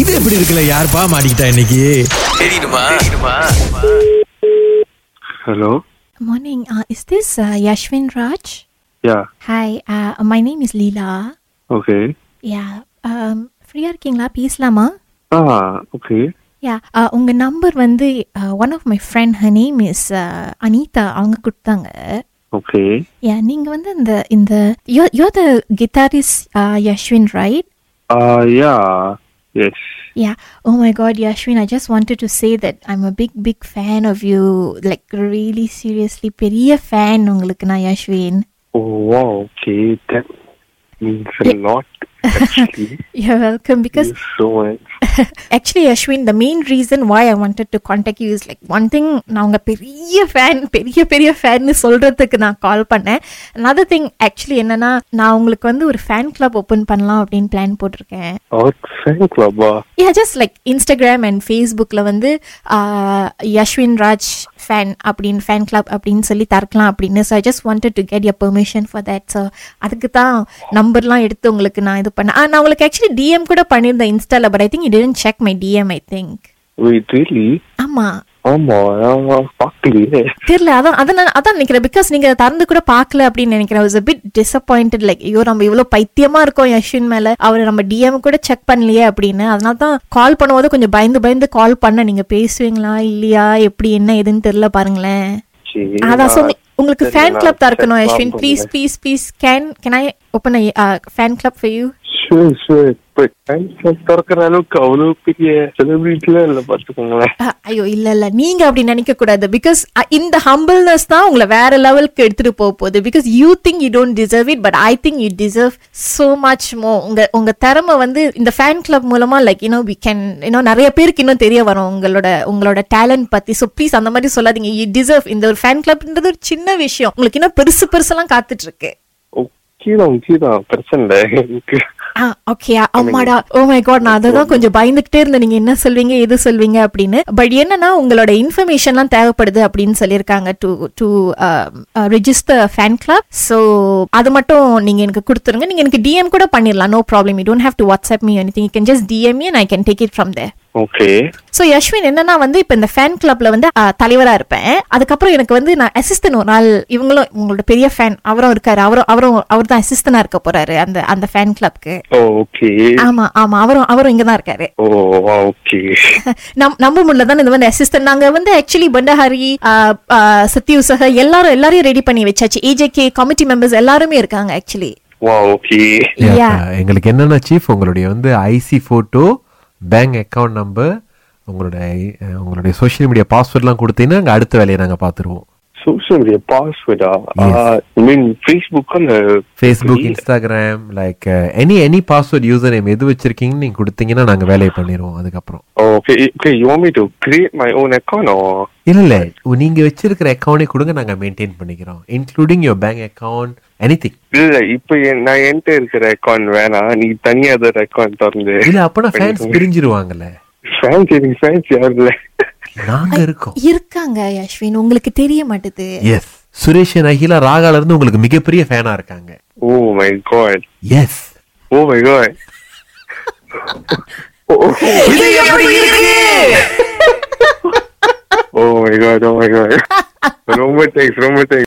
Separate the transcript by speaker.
Speaker 1: இது எப்படி இருக்குல்ல யாருப்பா மாட்டிக்கிட்டா இன்னைக்கு
Speaker 2: Hello.
Speaker 3: Morning. Uh, is this uh, Yashwin Raj?
Speaker 2: Yeah.
Speaker 3: Hi. Uh, my name is Leela.
Speaker 2: Okay.
Speaker 3: Yeah. Um, ஃப்ரீயாக இருக்கீங்களா பேசலாமா
Speaker 2: Ah. Okay.
Speaker 3: யா உங்கள் நம்பர் வந்து uh, one of my friend her name is Anitha uh, அவங்க கொடுத்தாங்க
Speaker 2: Okay.
Speaker 3: யா நீங்கள் வந்து இந்த இந்த yo yo the guitarist Yashwin right
Speaker 2: Ah. yeah. Yes.
Speaker 3: Yeah. Oh my God, Yashwin, I just wanted to say that I'm a big, big fan of you. Like, really, seriously, பெரிய fan உங்களுக்கு நான் Yashwin
Speaker 2: Oh. Wow. Okay. That means a lot. Actually,
Speaker 3: You're welcome because
Speaker 2: Thank you so much.
Speaker 3: Actually Ashwin the main reason why I wanted to contact you is like one thing நான் உங்கள் பெரிய fan பெரிய பெரிய ஃபேன்னு சொல்கிறதுக்கு நான் கால் பண்ணேன் another திங் ஆக்சுவலி என்னன்னா நான் உங்களுக்கு வந்து ஒரு ஃபேன் கிளப் ஓப்பன் பண்ணலாம் அப்படின்னு பிளான் போட்டிருக்கேன்
Speaker 2: Our fan club. ah.
Speaker 3: Yeah just like Instagram and ஃபேஸ்புக்கில் வந்து யஷ்வின் ராஜ் ஃபேன் அப்படின்னு ஃபேன் கிளப் அப்படின்னு சொல்லி திறக்கலாம் அப்படின்னு so I just wanted to get your permission for that so அதுக்கு தான் நம்பர்லாம் எடுத்து உங்களுக்கு நான் இது பண்ணேன் ஆ, நான் உங்களுக்கு ஆக்சுவலி டிஎம் கூட பண்ணியிருந்தேன் இன்ஸ்டாவில் but I think it didn't check my DM I think
Speaker 2: Wait. Really?
Speaker 3: ஆமா
Speaker 2: ஆமா. ah, பார்க்கலையே.
Speaker 3: தெரியல அதான் அதான் நான் அதான் நினைக்கிறேன் பிகாஸ் நீங்க அதை திறந்து கூட பார்க்கல அப்படின்னு நினைக்கிறேன் வாஸ் பிட் டிசப்பாயிண்டட் லைக் ஐயோ நம்ம இவ்வளவு பைத்தியமா இருக்கோம் யஷ்வின் மேல அவர் நம்ம டிஎம் கூட செக் பண்ணலையே அப்படின்னு அதனால தான் கால் பண்ணும்போது கொஞ்சம் பயந்து பயந்து கால் பண்ண நீங்க பேசுவீங்களா இல்லையா எப்படி என்ன ஏதுன்னு தெரியல பாருங்களேன்
Speaker 2: சரி,
Speaker 3: அதான் so
Speaker 2: நான்
Speaker 3: நீ- Ah, உங்களுக்கு ஃபேன்
Speaker 2: சரி,
Speaker 3: கிளப்
Speaker 2: நான்
Speaker 3: தான் இருக்கணும்
Speaker 2: check
Speaker 3: யஷ்வின்
Speaker 2: பண்ண
Speaker 3: ப்ளீஸ்
Speaker 2: போறேன்.
Speaker 3: Please please can can I open fan club for you
Speaker 2: Sure, sure. But fan club திறக்கிற அளவுக்கு அவ்வளவு பெரிய celebrity எல்லாம் இல்ல பாத்துக்கோங்களேன்.
Speaker 3: அஹ், ஐயோ இல்ல இல்ல நீங்க அப்படி நினைக்க கூடாது பிகாஸ் இந்த ஹம்பிள்னஸ் தான் உங்களை வேற லெவலுக்கு எடுத்துட்டு போக போகுது because you think you don't deserve it but I think you deserve so much more உங்க உங்க திறமை வந்து இந்த ஃபேன் கிளப் மூலமா like you know we can you know நிறைய பேருக்கு இன்னும் தெரிய வரும் உங்களோட உங்களோட டேலண்ட் பத்தி ஸோ ப்ளீஸ் அந்த மாதிரி சொல்லாதீங்க யூ டிசர்வ் இந்த ஒரு ஃபேன் கிளப்ன்றது ஒரு சின்ன விஷயம் உங்களுக்கு இன்னும் பெருசு பெருசெல்லாம் காத்துட்டு இருக்கு
Speaker 2: Okay தான், okay தான். பிரச்சனை இல்ல. எனக்கு
Speaker 3: ஆ ஓகே அம்மாடா ஓ மை காட் நான் அதை தான் கொஞ்சம் பயந்துகிட்டே இருந்தேன் நீங்க என்ன சொல்வீங்க எது சொல்வீங்க அப்படின்னு பட் என்னன்னா உங்களோட இன்ஃபர்மேஷன்லாம் தேவைப்படுது அப்படின்னு சொல்லியிருக்காங்க uh, to to register fan club so அது மட்டும் நீங்க எனக்கு கொடுத்துருங்க நீங்க எனக்கு டிஎம் கூட பண்ணிடலாம் no problem you don't have to WhatsApp me any thing you can just DM and I can take it from there
Speaker 2: Okay.
Speaker 3: So Yashwin என்னன்னா வந்து இப்போ இந்த ஃபேன் கிளப்ல வந்து அஹ், தலைவரா இருப்பேன் அதுக்கப்புறம் எனக்கு வந்து நான் அசிஸ்டன் ஒரு நாள் இவங்களும் உங்களோட பெரிய ஃபேன் அவரும் இருக்காரு அவரும் அவரும் அவர் தான் அசிஸ்டனா இருக்க போறாரு அந்த அந்த ஃபேன் கிளப்க்கு
Speaker 2: Oh, okay.
Speaker 3: ஆமா ஆமா அவரும் அவரும் இங்க தான் இருக்காரு
Speaker 2: Oh, wow, okay.
Speaker 3: நம் நம்ப முடியல தான் இந்த மாதிரி அசிஸ்டன்ட் நாங்க வந்து ஆக்சுவலி பண்டஹாரி ஆஹ், ஆஹ், சத்யு சஹ எல்லாரும் எல்லாரையும் ரெடி பண்ணி வச்சாச்சு ஏஜேகே கமிட்டி மெம்பர்ஸ் எல்லாருமே இருக்காங்க actually
Speaker 2: Wow, okay.
Speaker 3: Yeah
Speaker 4: Yeah, எங்களுக்கு என்னென்ன சீஃப் உங்களுடைய வந்து IC photo bank account number உங்களோட அஹ், உங்களுடைய சோஷியல் மீடியா பாஸ்வேர்ட்லாம் கொடுத்தீங்கன்னா அங்கே அடுத்த வேலையை நாங்கள் பார்த்துருவோம்
Speaker 2: Social media password, ah, uh, I mean Facebook on
Speaker 4: Facebook Instagram like any any password user name எது வச்சிருக்கீங்கன்னு நீங்கள் கொடுத்தீங்கன்னா நாங்கள் வேலையை பண்ணிடுவோம் அதுக்கப்புறம்
Speaker 2: Oh, okay, okay. You want me to create my own account or?
Speaker 4: இல்லை இல்லை நீங்கள் வச்சிருக்கிற அக்கௌண்டே கொடுங்க நாங்கள் மெயின்டைன் பண்ணிக்கிறோம் including your bank account any thing
Speaker 2: இல்ல இப்ப என்- நான் என்கிட்ட இருக்கிற அக்கௌண்ட் வேணாம் நீ தனியா அதர் அக்கௌண்ட் திறந்து
Speaker 4: இல்லை அப்போனா ஃபேன்ஸ் பிரிஞ்சிருவாங்கல்ல
Speaker 2: ஃபேன்ஸ் எனக்கு ஃபேன்ஸ் யாரும் இல்ல
Speaker 4: நாங்கள் இருக்கோம்
Speaker 3: இருக்காங்க அஸ்வின் உங்களுக்கு தெரிய மாட்டுது
Speaker 4: எஸ் சுரேஷன் அகிலா ராகால இருந்து உங்களுக்கு மிகப்பெரிய ஃபேனாக இருக்காங்க
Speaker 2: oh my god
Speaker 4: yes
Speaker 2: oh my god Oh, oh oh my god oh my god ரொம்ப தேங்க்ஸ் ரொம்ப தேங்க்ஸ்